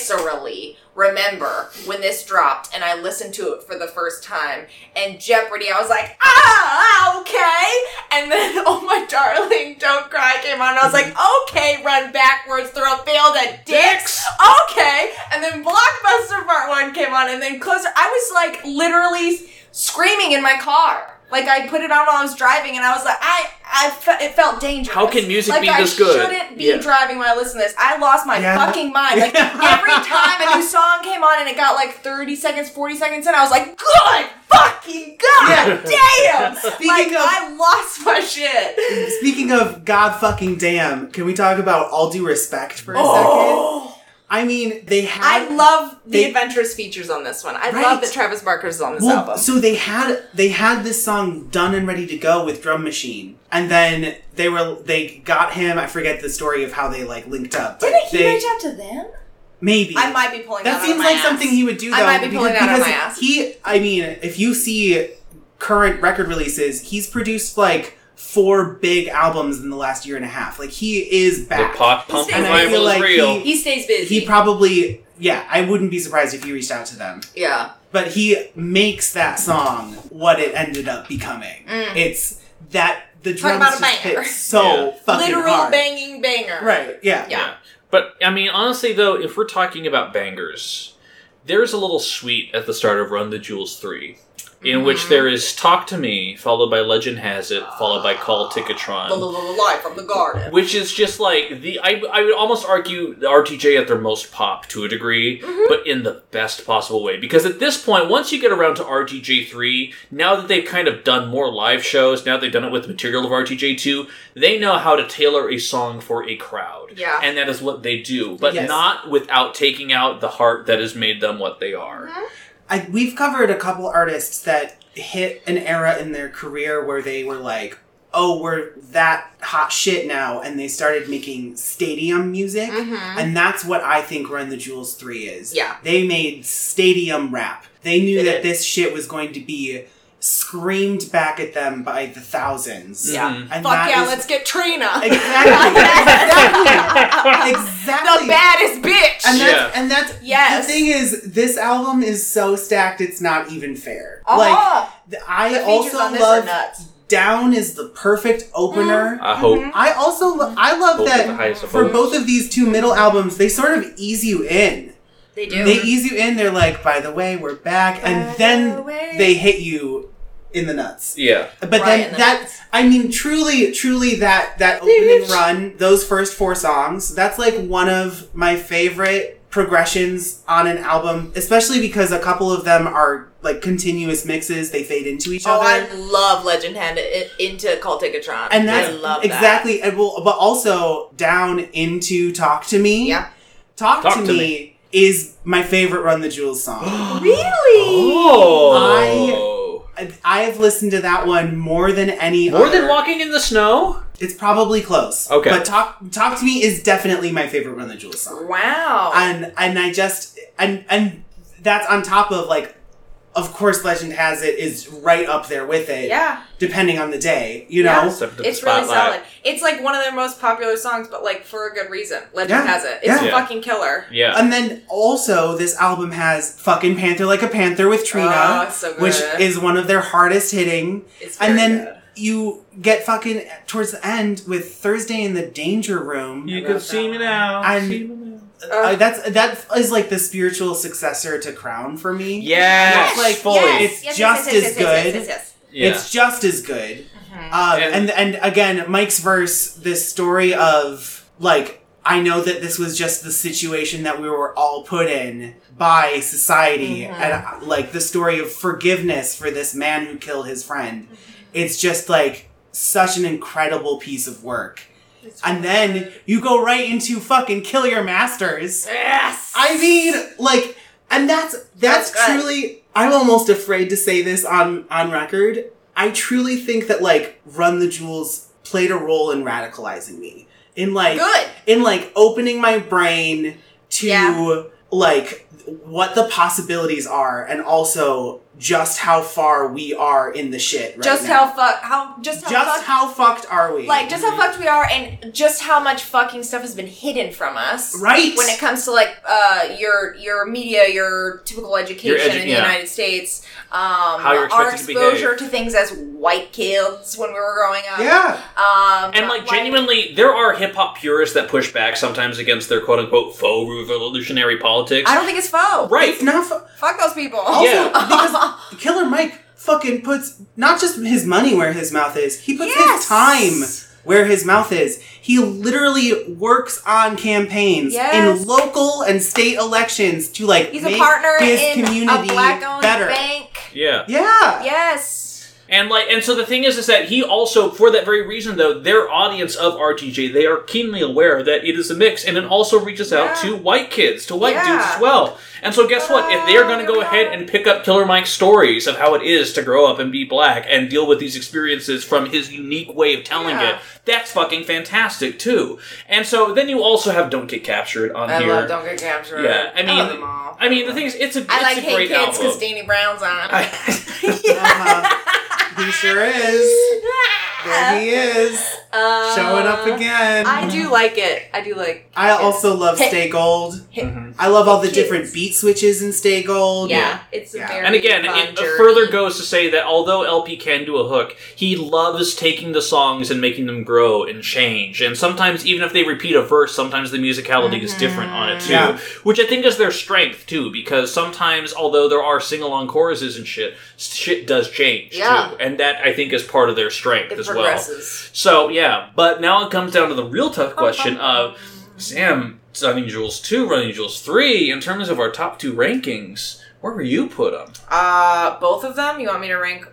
Speaker 3: viscerally remember when this dropped, and I listened to it for the first time. And Jeopardy, I was like, ah, okay. And then Oh My Darling, Don't Cry came on, and I was like, okay, run backwards through a field of dicks. Okay. And then Blockbuster Part 1 came on, and then Closer. I was like literally screaming in my car. Like I put it on while I was driving, and I was like, I, I, fe- it felt dangerous.
Speaker 2: How can music
Speaker 3: like,
Speaker 2: be
Speaker 3: I
Speaker 2: this good?
Speaker 3: shouldn't be
Speaker 2: Yeah.
Speaker 3: driving when I listen to this. I lost my
Speaker 4: Yeah.
Speaker 3: fucking mind. Like every time a new song came on and it got like thirty seconds, forty seconds in, I was like, good fucking god damn!
Speaker 4: Speaking
Speaker 3: like
Speaker 4: of-
Speaker 3: I lost my shit.
Speaker 4: Speaking of God fucking damn, can we talk about all due respect for a second?
Speaker 3: Oh,
Speaker 4: I mean, they had
Speaker 3: I love the
Speaker 4: They-
Speaker 3: adventurous features on this one. I
Speaker 4: Right.
Speaker 3: love that Travis Barker's on this
Speaker 4: Well,
Speaker 3: album.
Speaker 4: so they had they had this song done and ready to go with Drum Machine, and then they were they got him. I forget the story of how they like linked up. but
Speaker 3: Didn't he
Speaker 4: they-
Speaker 3: reach out to them?
Speaker 4: Maybe
Speaker 3: I might be pulling that.
Speaker 4: that
Speaker 3: out of
Speaker 4: seems
Speaker 3: my
Speaker 4: like
Speaker 3: ass.
Speaker 4: something he would do. Though,
Speaker 3: I might be pulling that out
Speaker 4: because,
Speaker 3: of
Speaker 4: because
Speaker 3: my ass.
Speaker 4: He, I mean, if you see current record releases, he's produced like four big albums in the last year and a half. Like he is
Speaker 2: The
Speaker 4: back.
Speaker 2: pot pump
Speaker 5: And I
Speaker 2: revival
Speaker 4: feel
Speaker 2: is
Speaker 4: like
Speaker 2: real.
Speaker 4: he-
Speaker 5: He stays busy.
Speaker 4: he probably, yeah, I wouldn't be surprised if he reached out to them.
Speaker 3: Yeah.
Speaker 4: but he makes that song what it ended up becoming.
Speaker 3: Mm.
Speaker 4: It's that the
Speaker 3: Talk
Speaker 4: drums
Speaker 3: about a
Speaker 4: just
Speaker 3: banger.
Speaker 4: hit so
Speaker 2: Yeah.
Speaker 4: fucking
Speaker 3: Literal
Speaker 4: hard.
Speaker 3: banging banger.
Speaker 4: Right? Yeah.
Speaker 3: Yeah.
Speaker 2: But I mean, honestly, though, if we're talking about bangers, there's a little suite at the start of Run the Jewels three, in
Speaker 3: Mm-hmm.
Speaker 2: which there is "Talk to Me," followed by "Legend Has It," followed by "Call
Speaker 3: The
Speaker 2: Ticketron."
Speaker 3: little light from the garden.
Speaker 2: Which is just like the I, I would almost argue the RTJ at their most pop to a degree,
Speaker 3: Mm-hmm.
Speaker 2: but in the best possible way. Because at this point, once you get around to RTJ three, now that they've kind of done more live shows, now they've done it with material of RTJ two, they know how to tailor a song for a crowd
Speaker 3: Yeah.
Speaker 2: and that is what they do, but
Speaker 4: Yes.
Speaker 2: not without taking out the heart that has made them what they are.
Speaker 3: Mm-hmm.
Speaker 4: I, we've covered a couple artists that hit an era in their career where they were like, "Oh, we're that hot shit now," and they started making stadium music,
Speaker 3: Mhm.
Speaker 4: and that's what I think Run the Jewels Three is.
Speaker 3: Yeah.
Speaker 4: they made stadium rap. They knew
Speaker 5: They
Speaker 4: that
Speaker 5: did.
Speaker 4: this shit was going to be screamed back at them by the thousands.
Speaker 3: Yeah.
Speaker 2: Mhm.
Speaker 4: And
Speaker 3: Fuck
Speaker 4: that
Speaker 3: yeah,
Speaker 4: is-
Speaker 3: let's get Trina.
Speaker 4: Exactly. exactly. Exactly.
Speaker 3: the baddest bitch.
Speaker 4: And that's,
Speaker 2: Yeah.
Speaker 4: and that's
Speaker 3: Yes.
Speaker 4: the thing is this album is so stacked it's not even fair.
Speaker 3: Uh-huh.
Speaker 4: Like th- I
Speaker 3: The features
Speaker 4: also
Speaker 3: on this are
Speaker 4: love
Speaker 3: nuts.
Speaker 4: Down is the perfect opener.
Speaker 2: I
Speaker 3: Mm-hmm.
Speaker 2: hope,
Speaker 4: I also lo- I love
Speaker 2: hope at the
Speaker 4: that
Speaker 2: highest of
Speaker 4: for
Speaker 2: hopes.
Speaker 4: both of these two middle albums they sort of ease you in.
Speaker 5: they do.
Speaker 4: They ease you in. They're like, by the way, we're back,
Speaker 3: By
Speaker 4: and
Speaker 3: the
Speaker 4: then
Speaker 3: way.
Speaker 4: they hit you in the nuts.
Speaker 2: yeah,
Speaker 3: Right in
Speaker 4: But then
Speaker 3: the
Speaker 4: that
Speaker 3: nuts.
Speaker 4: I mean truly truly that that opening run, those first four songs, that's like one of my favorite progressions on an album, especially because a couple of them are like continuous mixes, they fade into each
Speaker 3: Oh,
Speaker 4: other.
Speaker 3: I love Legend Hand i- into Cult Ticketron.
Speaker 4: and that's
Speaker 3: I love
Speaker 4: exactly and well but also down into Talk to
Speaker 3: That.
Speaker 4: Me.
Speaker 3: Yeah.
Speaker 4: Talk,
Speaker 2: Talk
Speaker 4: to,
Speaker 2: to
Speaker 4: me, is my favorite Run the Jewels song.
Speaker 3: Really?
Speaker 2: oh,
Speaker 4: I- I have listened to that one more than any
Speaker 2: more
Speaker 4: other.
Speaker 2: than walking in the snow.
Speaker 4: It's probably close.
Speaker 2: Okay.
Speaker 4: But talk talk to me is definitely my favorite Run the Jewels song.
Speaker 3: Wow.
Speaker 4: And and I just and and that's on top of like of course Legend Has It is right up there with it.
Speaker 3: yeah,
Speaker 4: Depending on the day, you know?
Speaker 3: Yeah.
Speaker 2: Step into the
Speaker 3: it's really
Speaker 2: spotlight.
Speaker 3: solid. It's like one of their most popular songs, but like for a good reason. Legend
Speaker 4: Yeah.
Speaker 3: has it. It's
Speaker 4: Yeah.
Speaker 2: Yeah.
Speaker 3: fucking killer.
Speaker 2: Yeah,
Speaker 4: And then also this album has fucking Panther Like a Panther with
Speaker 3: Oh,
Speaker 4: Trina.
Speaker 3: it's so good.
Speaker 4: which is one of their hardest hitting.
Speaker 3: It's very
Speaker 4: And then
Speaker 3: good.
Speaker 4: you get fucking towards the end with Thursday in the Danger Room.
Speaker 2: you
Speaker 3: I
Speaker 2: can
Speaker 3: love
Speaker 2: see
Speaker 3: that
Speaker 2: me
Speaker 3: one.
Speaker 2: now.
Speaker 4: I'm-
Speaker 2: see me now.
Speaker 4: Uh, that's that is like the spiritual successor to Crown for me.
Speaker 2: Yes,
Speaker 4: Yes, like,
Speaker 2: fully.
Speaker 4: yes. it's just as good.
Speaker 3: yes, yes.
Speaker 2: Yeah.
Speaker 4: It's just as good. Um,
Speaker 2: And-
Speaker 4: and, and again, Mike's verse, this story of like, I know that this was just the situation that we were all put in by society, and uh, like the story of forgiveness for this man who killed his friend. It's just like such an incredible piece of work. And then you go right into fucking kill your masters.
Speaker 3: Yes.
Speaker 4: I mean, like, and that's that's
Speaker 3: That's good.
Speaker 4: truly. I'm almost afraid to say this on on record. I truly think that like Run the Jewels played a role in radicalizing me. In like
Speaker 3: Good.
Speaker 4: in like opening my brain to
Speaker 3: Yeah.
Speaker 4: like what the possibilities are and also just how far we are in the shit right
Speaker 3: just
Speaker 4: now.
Speaker 3: how fuck how just how
Speaker 4: just
Speaker 3: fucked-
Speaker 4: how fucked are we?
Speaker 3: like just how fucked we are and just how much fucking stuff has been hidden from us
Speaker 4: right
Speaker 3: when it comes to like uh your your media your typical education
Speaker 2: Your edu-
Speaker 3: in the
Speaker 2: yeah.
Speaker 3: united states um
Speaker 2: How you're
Speaker 3: our
Speaker 2: expected to
Speaker 3: exposure to, things as white kids when we were growing up
Speaker 4: yeah.
Speaker 3: um
Speaker 2: And like genuinely, there are hip hop purists that push back sometimes against their quote unquote faux revolutionary politics.
Speaker 3: i don't think it's faux
Speaker 2: right.
Speaker 4: It's not fu-
Speaker 3: fuck those people
Speaker 4: also
Speaker 2: Yeah.
Speaker 4: because Killer Mike fucking puts not just his money where his mouth is, he puts
Speaker 3: Yes.
Speaker 4: his time where his mouth is. He literally works on campaigns
Speaker 3: Yes.
Speaker 4: in local and state elections to like
Speaker 3: he's
Speaker 4: make
Speaker 3: a partner
Speaker 4: his
Speaker 3: in
Speaker 4: community
Speaker 3: a black owned
Speaker 4: better.
Speaker 3: bank
Speaker 2: Yeah.
Speaker 4: Yeah.
Speaker 3: yes
Speaker 2: And like, and so the thing is, is that he also, for that very reason, though, their audience of RTJ, they are keenly aware that it is a mix, and it also reaches out
Speaker 3: Yeah.
Speaker 2: to white kids, to white
Speaker 3: Yeah. Ah,
Speaker 2: dudes as well. And so, guess what? If they are going to go ahead and pick up Killer Mike's stories of how it is to grow up and be black and deal with these experiences from his unique way of telling
Speaker 3: Yeah.
Speaker 2: it, that's fucking fantastic too. And so, then you also have "Don't Get Captured" on
Speaker 5: I
Speaker 2: here.
Speaker 5: love Don't Get Captured.
Speaker 2: Yeah,
Speaker 5: I
Speaker 2: I
Speaker 5: love
Speaker 2: mean-
Speaker 5: them all.
Speaker 2: I mean, the thing is, it's a, it's
Speaker 3: i like
Speaker 2: a
Speaker 3: hate
Speaker 2: great
Speaker 3: kids because
Speaker 2: album.
Speaker 3: danny brown's on
Speaker 2: I-
Speaker 4: Uh-huh. he sure is. There he is.
Speaker 3: Uh,
Speaker 4: Showing up again.
Speaker 3: I do like it. I do like.
Speaker 4: I also love
Speaker 3: Hey.
Speaker 4: Stay Gold.
Speaker 2: Mhm.
Speaker 4: I love all the
Speaker 3: Kids.
Speaker 4: different beat switches in Stay Gold.
Speaker 3: Yeah, it's a
Speaker 4: Yeah.
Speaker 3: very
Speaker 2: And again,
Speaker 3: fun
Speaker 2: it
Speaker 3: journey.
Speaker 2: further goes to say that although LP can do a hook, he loves taking the songs and making them grow and change. And sometimes, even if they repeat a verse, sometimes the musicality is different on it too,
Speaker 4: Yeah.
Speaker 2: which I think is their strength too. Because sometimes, although there are sing along choruses and shit, shit does change
Speaker 3: Yeah.
Speaker 2: too, and that I think is part of their strength
Speaker 5: It
Speaker 2: as well.
Speaker 5: progresses.
Speaker 2: So yeah, but now it comes down to the real tough question of Sam Running Jewels two, Running Jewels three. In terms of our top two rankings, where were you put on?
Speaker 5: Uh, both of them. You want me to rank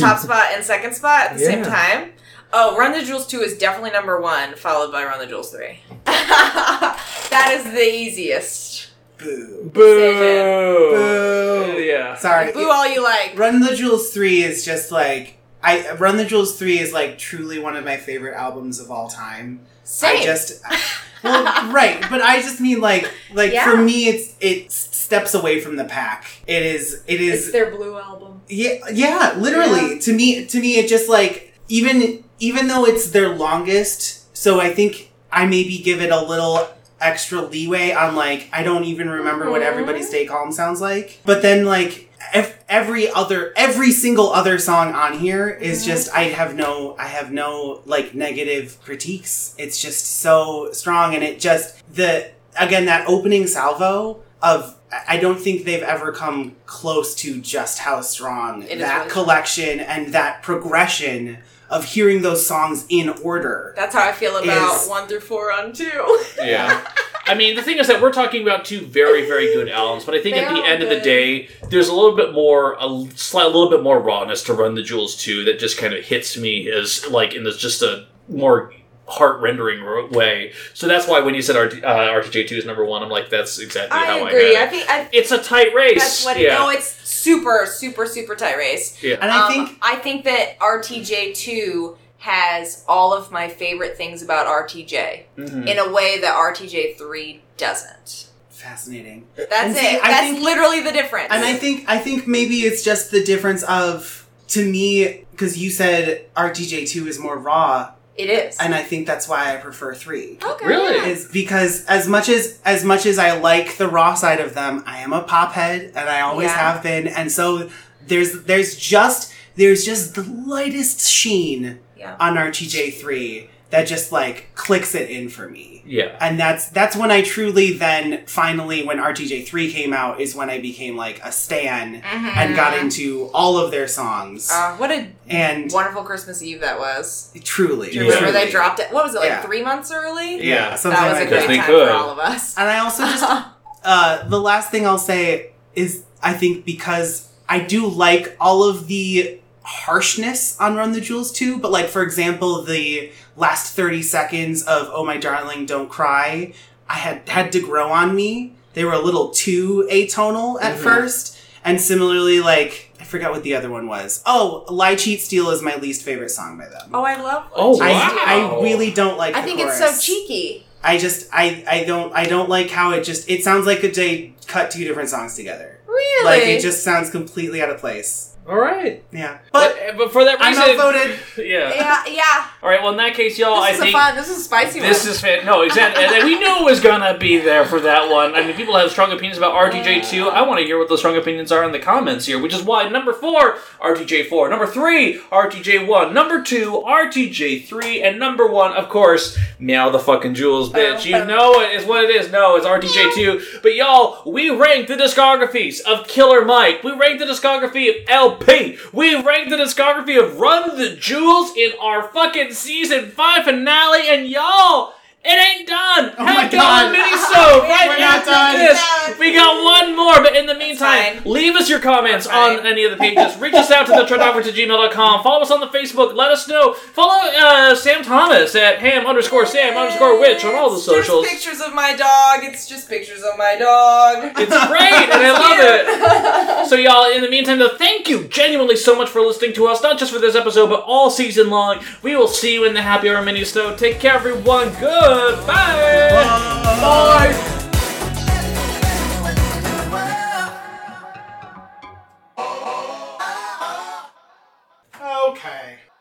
Speaker 5: top spot and second spot at the same
Speaker 2: Yeah.
Speaker 5: time? Oh, Run the Jewels two is definitely number one, followed by Run the Jewels three. that is the easiest.
Speaker 4: Boo.
Speaker 2: Boo.
Speaker 4: Boo.
Speaker 2: Yeah.
Speaker 4: Sorry.
Speaker 5: Boo all you like.
Speaker 4: Run the Jewels 3 is just like I Run the Jewels 3 is like truly one of my favorite albums of all time. I
Speaker 3: Same.
Speaker 4: just uh, Well, right, but I just mean like like
Speaker 3: Yeah.
Speaker 4: for me it's it s- steps away from the pack. It is it
Speaker 5: It's
Speaker 4: is
Speaker 5: their blue album.
Speaker 4: yeah, yeah, literally. To me to me it just like even even though it's their longest, so I think I maybe give it a little extra leeway on like I don't even remember what
Speaker 3: Mhm.
Speaker 4: everybody stay calm sounds like. But then like ev- every other every single other song on here is just I have no I have no like negative critiques. It's just so strong and it just the again that opening salvo of I- I don't think they've ever come close to just how strong
Speaker 5: It is
Speaker 4: that
Speaker 5: really strong.
Speaker 4: collection and that progression of hearing those songs in order.
Speaker 5: That's how I feel about
Speaker 4: Is-
Speaker 5: one through four on two.
Speaker 2: Yeah. I mean, the thing is that we're talking about two very, very good albums, but I think
Speaker 3: They
Speaker 2: at the
Speaker 3: are
Speaker 2: end of the
Speaker 3: good.
Speaker 2: day, there's a little bit more, a l- slight, a little bit more rawness to Run the Jewels too that just kind of hits me as like in this just a more heart rendering way. So that's why when you said RT, uh, RTJ two is number one, I'm like, that's exactly
Speaker 5: I
Speaker 2: how
Speaker 5: agree.
Speaker 2: I
Speaker 5: I
Speaker 2: had it.
Speaker 5: think I,
Speaker 2: oh It's a tight race.
Speaker 5: that's what. It,
Speaker 2: yeah.
Speaker 5: No, it's super, super, super tight race.
Speaker 2: yeah.
Speaker 4: And I
Speaker 5: Um,
Speaker 4: think
Speaker 5: I think that RTJ two has all of my favorite things about RTJ
Speaker 2: Mhm.
Speaker 5: in a way that RTJ three doesn't.
Speaker 4: fascinating.
Speaker 5: That's
Speaker 4: And see,
Speaker 5: it.
Speaker 4: I
Speaker 5: That's
Speaker 4: think-
Speaker 5: literally the difference.
Speaker 4: And I think I think maybe it's just the difference of to me because you said RTJ2 is more raw
Speaker 5: it is.
Speaker 4: and I think that's why I prefer 3.
Speaker 3: okay.
Speaker 2: Really?
Speaker 3: yeah.
Speaker 4: Is because as much as as much as I like the raw side of them, I am a pop head and I always
Speaker 5: Yeah.
Speaker 4: have been and so there's there's just there's just the lightest sheen
Speaker 5: Yeah.
Speaker 4: on RTJ3 that just like clicks it in for me
Speaker 2: Yeah.
Speaker 4: and that's that's when I truly then finally when RTJ three came out is when I became like a stan and got into all of their songs
Speaker 5: Mm-hmm. Uh, what a
Speaker 4: and
Speaker 5: wonderful Christmas Eve that was.
Speaker 4: truly.
Speaker 2: Do
Speaker 5: Do you remember
Speaker 4: truly.
Speaker 5: they dropped it? What was it like
Speaker 4: Yeah.
Speaker 5: three months early?
Speaker 4: Yeah, something
Speaker 5: that was
Speaker 4: like
Speaker 5: a
Speaker 2: Because
Speaker 5: great
Speaker 4: that.
Speaker 2: they
Speaker 5: time
Speaker 2: could.
Speaker 5: for all of us.
Speaker 4: And I also just uh, the last thing I'll say is I think because I do like all of the harshness on Run the Jewels too, but like for example the last 30 seconds of Oh My Darling Don't Cry, I had had to grow on me. They were a little too atonal at
Speaker 3: Mm-hmm.
Speaker 2: Mhm.
Speaker 4: first. And similarly like I forgot what the other one was. Oh, Lie Cheat Steal is my least favorite song by them.
Speaker 5: oh, I love.
Speaker 2: Oh,
Speaker 4: I,
Speaker 2: wow.
Speaker 4: I really don't like
Speaker 3: I
Speaker 4: the
Speaker 3: think it's
Speaker 4: chorus.
Speaker 3: so cheeky.
Speaker 4: I just I I don't I don't like how it just it sounds like they cut two different songs together.
Speaker 5: Really?
Speaker 4: Like it just sounds completely out of place.
Speaker 2: All right,
Speaker 4: Yeah.
Speaker 2: but,
Speaker 4: But
Speaker 2: but for that
Speaker 4: I'm
Speaker 2: reason,
Speaker 4: outvoted.
Speaker 2: Yeah.
Speaker 3: Yeah, yeah.
Speaker 2: All right. Well, in that case, y'all,
Speaker 3: This
Speaker 2: I
Speaker 3: is a
Speaker 2: think
Speaker 3: fun. This is a spicy
Speaker 2: This
Speaker 3: one.
Speaker 2: is fan- no exactly. and we knew it was gonna be there for that one. I mean, people have strong opinions about RTJ two. I want to hear what those strong opinions are in the comments here, which is why number four RTJ four, number three RTJ one, number two RTJ three, and number one, of course, meow the fucking jewels, bitch. You
Speaker 3: Oh,
Speaker 2: know it is what it is. No, it's RTJ two. But y'all, we ranked the discographies of Killer Mike. We ranked the discography of LP. We ranked the discography of Run the Jewels in our fucking season five finale, and y'all. It ain't done.
Speaker 4: Oh
Speaker 2: Heck
Speaker 4: my
Speaker 2: on
Speaker 4: God.
Speaker 2: mini so right
Speaker 4: We're not
Speaker 2: after
Speaker 4: done.
Speaker 2: this. We got one more, but in the meantime,
Speaker 5: fine.
Speaker 2: leave us your comments
Speaker 5: That's fine.
Speaker 2: on any of the pages. Reach us out to the at gmail.com. Follow us on the Facebook. Let us know. Follow uh, Sam Thomas at ham underscore Sam underscore witch on all the
Speaker 5: It's
Speaker 2: socials.
Speaker 5: Just pictures of my dog. It's just pictures of my dog.
Speaker 2: It's great, and I love it. So, y'all, in the meantime, though, thank you genuinely so much for listening to us, not just for this episode, but all season long. We will see you in the happy hour mini so Take care, everyone. Goodbye.
Speaker 4: Oh,
Speaker 2: Bye.
Speaker 4: Okay.